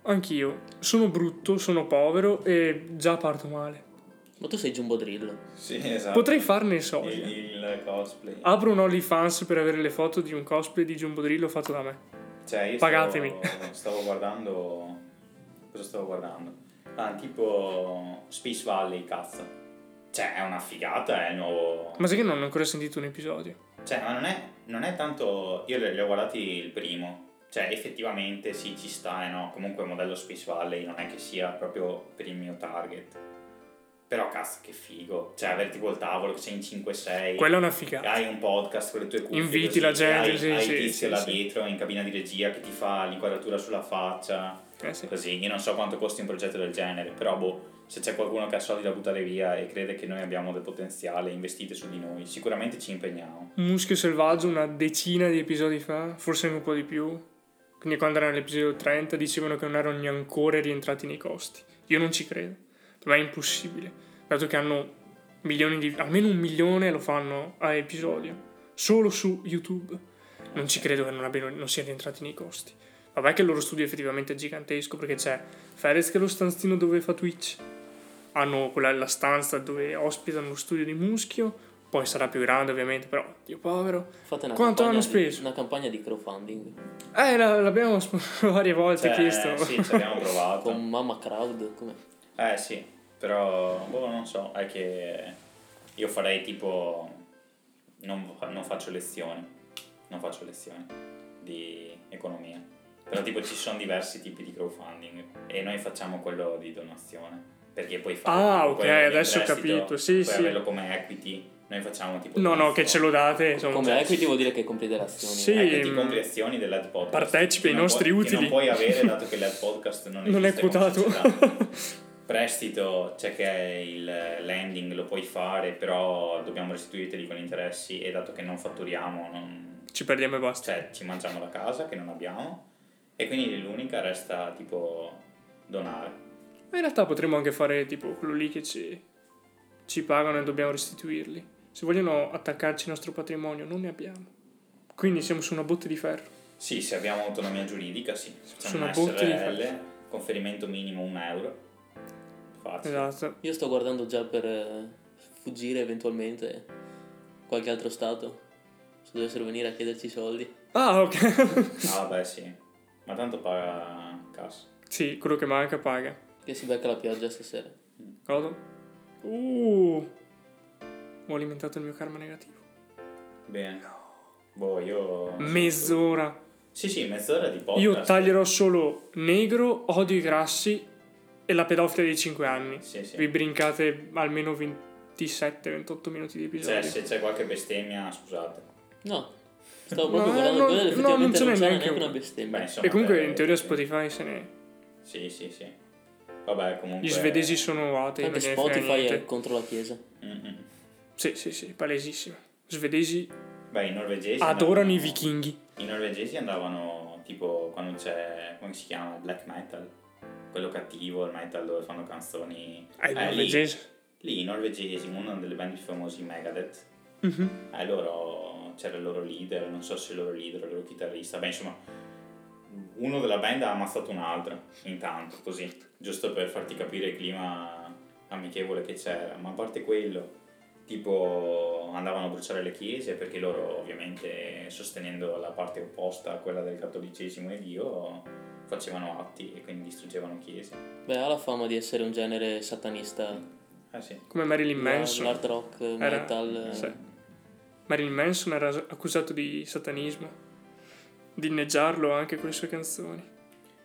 S2: Anch'io. Sono brutto, sono povero e già parto male.
S3: Ma tu sei Jumbo Drillo.
S1: Sì, esatto.
S2: Potrei cioè. farne
S1: il,
S2: soldi.
S1: il cosplay.
S2: Apro un OnlyFans per avere le foto di un cosplay di Jumbo Drillo fatto da me.
S1: Cioè, io
S2: Pagatemi.
S1: Stavo, stavo guardando. Cosa stavo guardando? Ah, tipo Space Valley, cazzo. Cioè, è una figata, è il nuovo.
S2: Ma sai che non ho ancora sentito un episodio?
S1: Cioè, ma non è, non è tanto. Io li ho guardati il primo. Cioè, effettivamente sì, ci sta, eh no? Comunque, il modello Space Valley non è che sia proprio per il mio target. Però, cazzo, che figo. Cioè, avere tipo il tavolo che sei in 5-6.
S2: Quella è una figata.
S1: Hai un podcast con le tue cuffie.
S2: Inviti
S1: così,
S2: la gente,
S1: Hai,
S2: sì,
S1: hai
S2: sì,
S1: il tizio
S2: sì,
S1: là
S2: sì.
S1: dietro in cabina di regia che ti fa l'inquadratura sulla faccia.
S2: Eh sì.
S1: Così, io non so quanto costi un progetto del genere, però boh, se c'è qualcuno che ha soldi da buttare via e crede che noi abbiamo del potenziale, investite su di noi, sicuramente ci impegniamo.
S2: Un Muschio selvaggio una decina di episodi fa, forse anche un po' di più. Quindi quando erano all'episodio 30 dicevano che non erano neanche ancora rientrati nei costi. Io non ci credo. Per me è impossibile. Dato che hanno milioni di... almeno un milione lo fanno a episodio. Solo su YouTube. Non ci credo che non, abbiano, non siano rientrati nei costi. Vabbè che il loro studio effettivamente è gigantesco perché c'è Ferez che è lo stanzino dove fa Twitch. Hanno quella, la stanza dove ospitano lo studio di Muschio. Poi sarà più grande ovviamente, però, Dio povero.
S3: Fate una
S2: Quanto
S3: campagna
S2: hanno
S3: di-
S2: speso?
S3: Una campagna di crowdfunding.
S2: Eh, la- l'abbiamo sp- varie volte
S1: Cioè,
S2: chiesto.
S1: Sì, ci abbiamo provato.
S3: Con Mamma Crowd. Come?
S1: Eh sì, però boh, non so, è che io farei tipo... Non, non faccio lezioni, non faccio lezioni di economia. Però tipo ci sono diversi tipi di crowdfunding e noi facciamo quello di donazione. Perché poi fare
S2: Ah,
S1: puoi
S2: ok,
S1: avere
S2: adesso ho
S1: l'estito,
S2: capito, sì,
S1: puoi
S2: sì.
S1: averlo come equity. Noi facciamo tipo
S2: No, no,
S1: donazione.
S2: che ce lo date. Insomma. cioè,
S3: Come equity vuol dire che compri delle azioni. Eh,
S2: Sì.
S1: Ecco, ti
S2: Mm.
S1: compri azioni dell'ad podcast.
S2: Partecipi
S1: che
S2: ai
S1: non
S2: nostri
S1: puoi- Che
S2: utili.
S1: non puoi avere dato che l'ad podcast non,
S2: Non è
S1: esiste come
S2: quotato.
S1: società. Prestito, c'è che è il lending lo puoi fare, però dobbiamo restituirteli con interessi e dato che non fatturiamo, non-
S2: Ci perdiamo e basta.
S1: cioè ci mangiamo la casa che non abbiamo e quindi l'unica resta tipo donare.
S2: Ma in realtà potremmo anche fare tipo quello lì che ci, ci pagano e dobbiamo restituirli. Se vogliono attaccarci il nostro patrimonio, non ne abbiamo. Quindi siamo su una botte di ferro.
S1: Sì, se abbiamo autonomia giuridica, sì. Facciamo
S2: Sono
S1: una
S2: punti di
S1: SRL, conferimento minimo un euro. Facile.
S2: Esatto.
S3: Io sto guardando già per eh, fuggire eventualmente qualche altro stato. Se dovessero venire a chiederci soldi.
S2: Ah, ok.
S1: Ah, beh, sì. Ma tanto paga cassa.
S2: sì, quello che manca paga.
S3: Che si becca la pioggia stasera.
S2: Godo. Uh. Ho alimentato il mio karma negativo.
S1: Bene. Boh, io...
S2: Mezz'ora.
S1: Sì, sì, mezz'ora di podcast.
S2: Io taglierò solo negro, odio i grassi e la pedofilia dei 5 anni.
S1: Sì,
S2: Vi
S1: sì.
S2: brincate almeno 27-28 minuti di episodio.
S1: Cioè, se c'è qualche bestemmia, scusate.
S3: No, stavo
S2: No,
S3: proprio guardando
S2: no,
S3: quello ed
S2: no,
S3: effettivamente
S2: non ce n'è
S3: non c'era
S2: neanche
S3: neanche una
S2: uno.
S3: bestemmia.
S1: Beh, insomma,
S2: E comunque
S1: per-
S2: in teoria Spotify se ne...
S1: Sì, sì, sì. Vabbè, comunque...
S2: Gli svedesi sono atei, non
S3: Anche
S2: gliene frega
S3: Spotify è
S2: niente.
S3: contro la Chiesa.
S1: Mm, mm.
S2: Sì, sì, sì, palesissimo. Svedesi
S1: Beh, i norvegesi...
S2: adorano
S1: andavano-
S2: i vichinghi.
S1: I norvegesi andavano tipo quando c'è... come si chiama? Black metal. Quello cattivo, il metal dove fanno canzoni...
S2: Eh, i
S1: lì-
S2: norvegesi.
S1: Lì, i norvegesi, una delle band più famose, i Megadeth,
S2: Mhm.
S1: eh, loro, c'era il loro leader, non so se il loro leader o il loro chitarrista, beh insomma, uno della band ha ammazzato un altro, intanto, così, giusto per farti capire il clima amichevole che c'era, ma a parte quello, tipo andavano a bruciare le chiese perché loro ovviamente sostenendo la parte opposta a quella del cattolicesimo e Dio facevano atti e quindi distruggevano chiese.
S3: Beh, ha la fama di essere un genere satanista.
S1: Ah sì.
S2: Come Marilyn Manson.
S3: L'hard rock,
S2: Era-
S3: metal. eh.
S2: sì. Marilyn Manson era accusato di satanismo. Di inneggiarlo anche con le sue canzoni.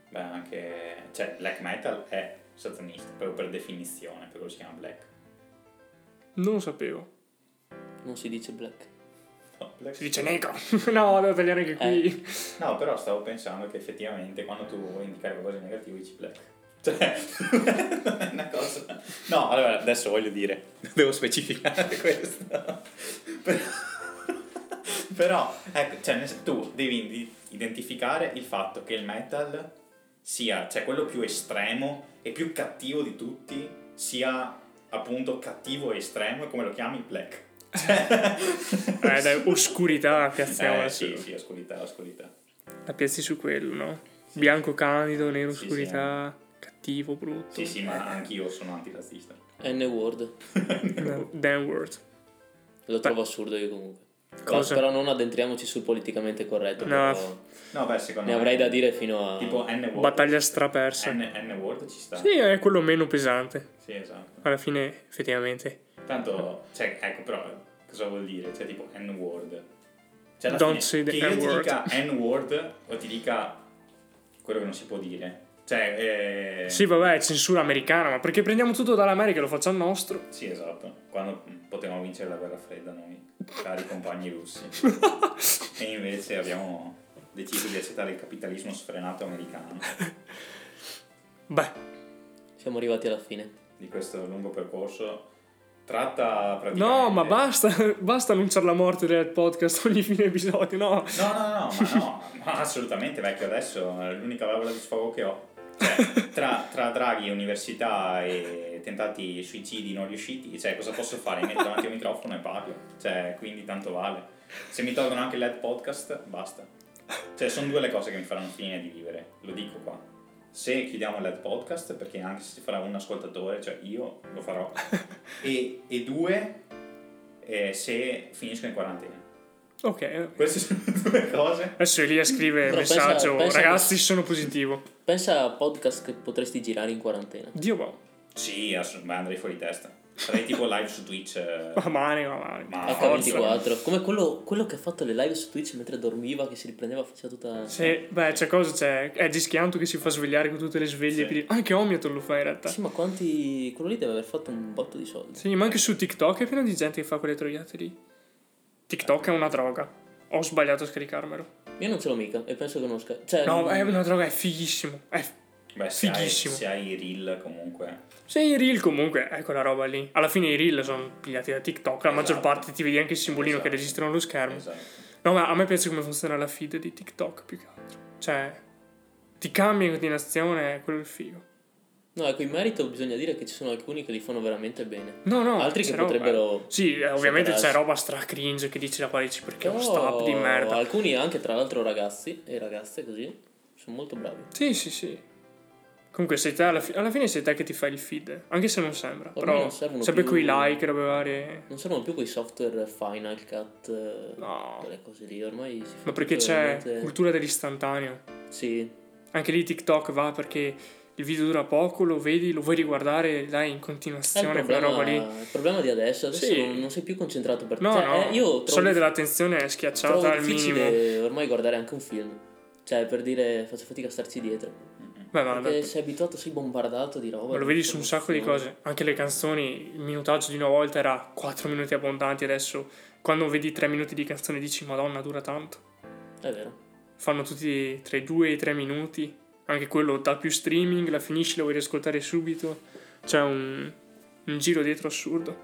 S1: Beh, anche... cioè, black metal è satanista, proprio per definizione, per quello si chiama black.
S2: Non lo sapevo.
S3: Non si dice black.
S1: No, black-
S2: Si dice negro. no, devo tagliare anche qui.
S1: Eh. No, però stavo pensando che effettivamente quando tu vuoi indicare qualcosa di negativo dici black. Cioè, non è una cosa... No, allora, adesso voglio dire, devo specificare questo. però, però, ecco, cioè, nel sen- tu devi indi- identificare il fatto che il metal sia, cioè, quello più estremo e più cattivo di tutti, sia appunto cattivo e estremo e come lo chiami black.
S2: Eh, dai, oscurità, piazziamola
S1: Eh,
S2: su.
S1: sì, sì, oscurità, oscurità.
S2: La piazzi su quello, no? Bianco candido, nero
S1: Sì,
S2: oscurità, cattivo, brutto.
S1: Sì, sì,
S3: Eh.
S1: ma anch'io sono antirazzista.
S3: N-word.
S2: No, Downward.
S3: Lo trovo assurdo io comunque.
S2: Cosa?
S3: Però non addentriamoci sul politicamente corretto.
S2: No.
S3: però
S1: No, beh, secondo
S3: Ne
S1: me.
S3: avrei da dire fino a...
S1: Tipo N-word.
S2: Battaglia strapersa.
S1: N- N-word ci sta.
S2: Sì, è quello meno pesante.
S1: Sì, esatto.
S2: Alla fine, effettivamente.
S1: Tanto, cioè, ecco, però, cosa vuol dire? Cioè, tipo N-word. Cioè, alla fine,
S2: Don't say the
S1: che io ti
S2: N-word.
S1: dica N-word o ti dica quello che non si può dire. Cioè, eh...
S2: Sì, vabbè, è censura americana, ma perché prendiamo tutto dall'America e lo facciamo nostro?
S1: sì, esatto. Quando potevamo vincere la guerra fredda noi, cari compagni russi. e invece abbiamo deciso di accettare il capitalismo sfrenato americano
S2: Beh,
S3: Siamo arrivati alla fine.
S1: di questo lungo percorso. Tratta praticamente...
S2: no, ma basta, basta annunciare la morte del podcast ogni fine episodio, no?
S1: No, no, no, ma no, ma assolutamente vecchio, adesso è l'unica valvola di sfogo che ho. Cioè, tra, tra draghi, università e tentati suicidi non riusciti, cioè cosa posso fare? Mi metto davanti al microfono e parlo, cioè quindi tanto vale. Se mi tolgono anche l'head podcast, basta. Cioè sono due le cose che mi faranno finire di vivere, lo dico qua. Se chiudiamo l'head podcast, perché anche se si farà un ascoltatore, cioè io lo farò, e, e due, eh, se finisco in quarantena.
S2: Ok.
S1: Queste sono le due cose.
S2: Adesso Elia scrive
S3: Però pensa-
S2: messaggio,
S3: pensa che-
S2: ragazzi, sono positivo.
S3: Pensa a podcast che potresti girare in quarantena.
S2: Dio va.
S1: Sì, assu- ma andrei fuori testa. Sarei tipo live su Twitch. eh,
S2: Va male, va male.
S1: Ma
S3: ecco,
S1: forza.
S3: H24. Come quello, quello che ha fatto le live su Twitch mentre dormiva, che si riprendeva, faceva tutta...
S2: Sì, beh, c'è cosa, c'è. È Gischianto che si fa svegliare con tutte le sveglie.
S1: Sì.
S2: per dire- Anche Omiaton lo fa in realtà.
S3: Sì, ma quanti... Quello lì deve aver fatto un botto di soldi.
S2: Sì, ma anche su TikTok è pieno di gente che fa quelle troiate lì. TikTok è una droga. Ho sbagliato a scaricarmelo.
S3: Io non ce l'ho mica e penso che non sca... Cioè,
S2: No, eh,
S3: non-
S2: è una droga, è fighissimo. È...
S1: Beh, se hai,
S2: Fighissimo.
S1: se hai i reel comunque.
S2: Se i reel comunque, è quella roba lì. Alla fine i reel sono pigliati da TikTok. La maggior
S1: Esatto.
S2: parte ti vedi anche il simbolino che
S1: Esatto.
S2: registrano lo schermo.
S1: Esatto.
S2: No, ma a me piace come funziona la feed di TikTok più che altro. Cioè, ti cambia in continuazione, quello è il figo.
S3: No, ecco, in merito bisogna dire che ci sono alcuni che li fanno veramente bene.
S2: No, no.
S3: Altri che
S2: c'è roba-
S3: potrebbero
S2: Sì, eh, ovviamente c'è
S3: superarsi.
S2: roba stra cringe che dici la quale dici perché è
S3: Però
S2: uno stop di merda.
S3: Alcuni anche, tra l'altro, ragazzi e ragazze così, sono molto bravi.
S2: Sì, sì, sì. Comunque sei te alla, fi- alla fine sei te che ti fai il feed, eh. anche se non sembra.
S3: Ormai
S2: però
S3: non servono
S2: sempre
S3: più-
S2: quei like, robe varie.
S3: Non servono più quei software Final Cut, eh,
S2: No.
S3: quelle cose lì, ormai si fa
S2: Ma perché
S3: tutto
S2: c'è
S3: veramente-
S2: cultura dell'istantaneo.
S3: Sì,
S2: Anche lì TikTok va perché il video dura poco, lo vedi, lo vuoi riguardare, dai in
S3: è il
S2: continuazione quella roba
S3: problema,
S2: lì.
S3: il problema di adesso, adesso
S2: Sì.
S3: non, non sei più concentrato per
S2: No,
S3: cioè,
S2: no,
S3: eh, io
S2: il sole
S3: trovo,
S2: dell'attenzione è
S3: trovo
S2: schiacciata al minimo.
S3: difficile ormai guardare anche un film. Cioè, per dire, faccio fatica a starci dietro.
S1: Mm-mm.
S2: Beh, ma,
S3: Perché
S2: ma
S3: sei abituato, sei bombardato di roba.
S2: lo
S3: di
S2: vedi su un sacco di
S3: informazioni.
S2: cose. Anche le canzoni, il minutaggio di una volta era 4 minuti abbondanti, adesso quando vedi 3 minuti di canzone dici Madonna, dura tanto.
S3: È vero.
S2: Fanno tutti tra i 2 e i 3 minuti. Anche quello dà più streaming, la finisci, la vuoi riascoltare subito. C'è un, un giro dietro assurdo.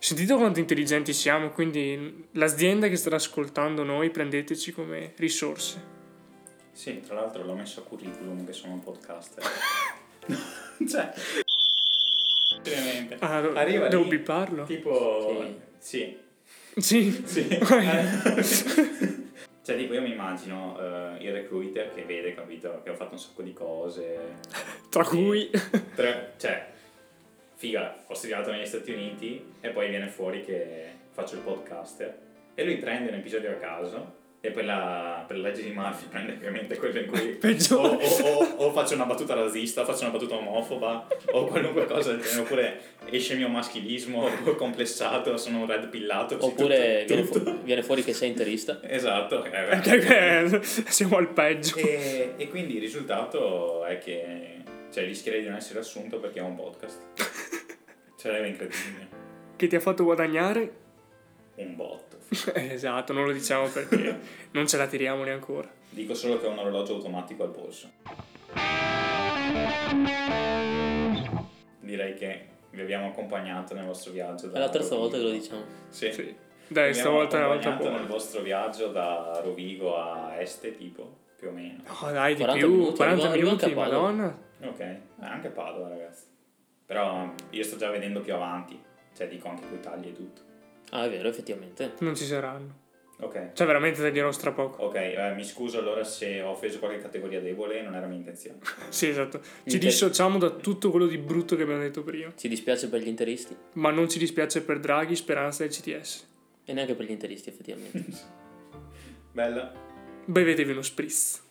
S2: Sentite quanto intelligenti siamo, quindi l'azienda che sta ascoltando noi prendeteci come risorse.
S1: Sì, tra l'altro l'ho messo a curriculum che sono un podcaster. cioè, veramente.
S2: Ah, do-
S1: Arriva
S2: devo
S1: lì,
S2: biparlo?
S1: Tipo, sì,
S2: Sì.
S1: sì. cioè, tipo, io mi immagino eh, il recruiter che vede, capito, che ho fatto un sacco di cose.
S2: Tra cui
S1: Tre- cioè, figa, ho studiato negli Stati Uniti e poi viene fuori che faccio il podcaster. E lui prende un episodio a caso e per la, per la legge di Murphy prende ovviamente quello in cui o,
S2: Peggiore.
S1: o- o- o faccio una battuta razzista, o faccio una battuta omofoba o qualunque cosa del genere, oppure esce il mio maschilismo complessato, sono un red pillato. sì,
S3: Oppure
S1: tutto-
S3: viene,
S1: tutto.
S3: fu- viene fuori che sei interista.
S1: Esatto. eh, beh.
S2: Perché siamo al peggio.
S1: E, e quindi il risultato è che cioè, rischierei di non essere assunto perché è un podcast. Cioè, è incredibile.
S2: Che ti ha fatto guadagnare?
S1: Un botto.
S2: Esatto, non lo diciamo perché non ce la tiriamo neanche ora.
S1: Dico solo che ho un orologio automatico al polso. Direi che vi abbiamo accompagnato nel vostro viaggio.
S3: È la terza volta che lo diciamo.
S1: Sì.
S2: Sì.
S1: Vi
S2: Dai,
S1: abbiamo
S2: stavolta è una volta
S1: accompagnato nel
S2: buona.
S1: vostro viaggio da Rovigo a Este, tipo, più o meno.
S2: No, Oh, dai, di
S3: 40
S2: più,
S3: minuti,
S2: 40
S3: arriva- arriva
S2: minuti,
S3: anche a Padova.
S2: madonna.
S1: Ok, Eh, anche Padova, ragazzi. Però mm, io sto già vedendo più avanti. Cioè, dico anche coi tagli e tutto.
S3: Ah, è vero, effettivamente.
S2: Non ci saranno.
S1: Ok.
S2: Cioè, veramente taglierò stra poco.
S1: Ok, eh, mi scuso allora se ho offeso qualche categoria debole, non era mia intenzione.
S2: Sì, esatto. Ci
S3: Inter-
S2: dissociamo da tutto quello di brutto che abbiamo detto prima.
S3: Ci dispiace per gli interisti
S2: Ma non ci dispiace per Draghi, Speranza e CTS.
S3: e neanche per gli interisti, effettivamente.
S1: Bella.
S2: Bevetevi uno spritz.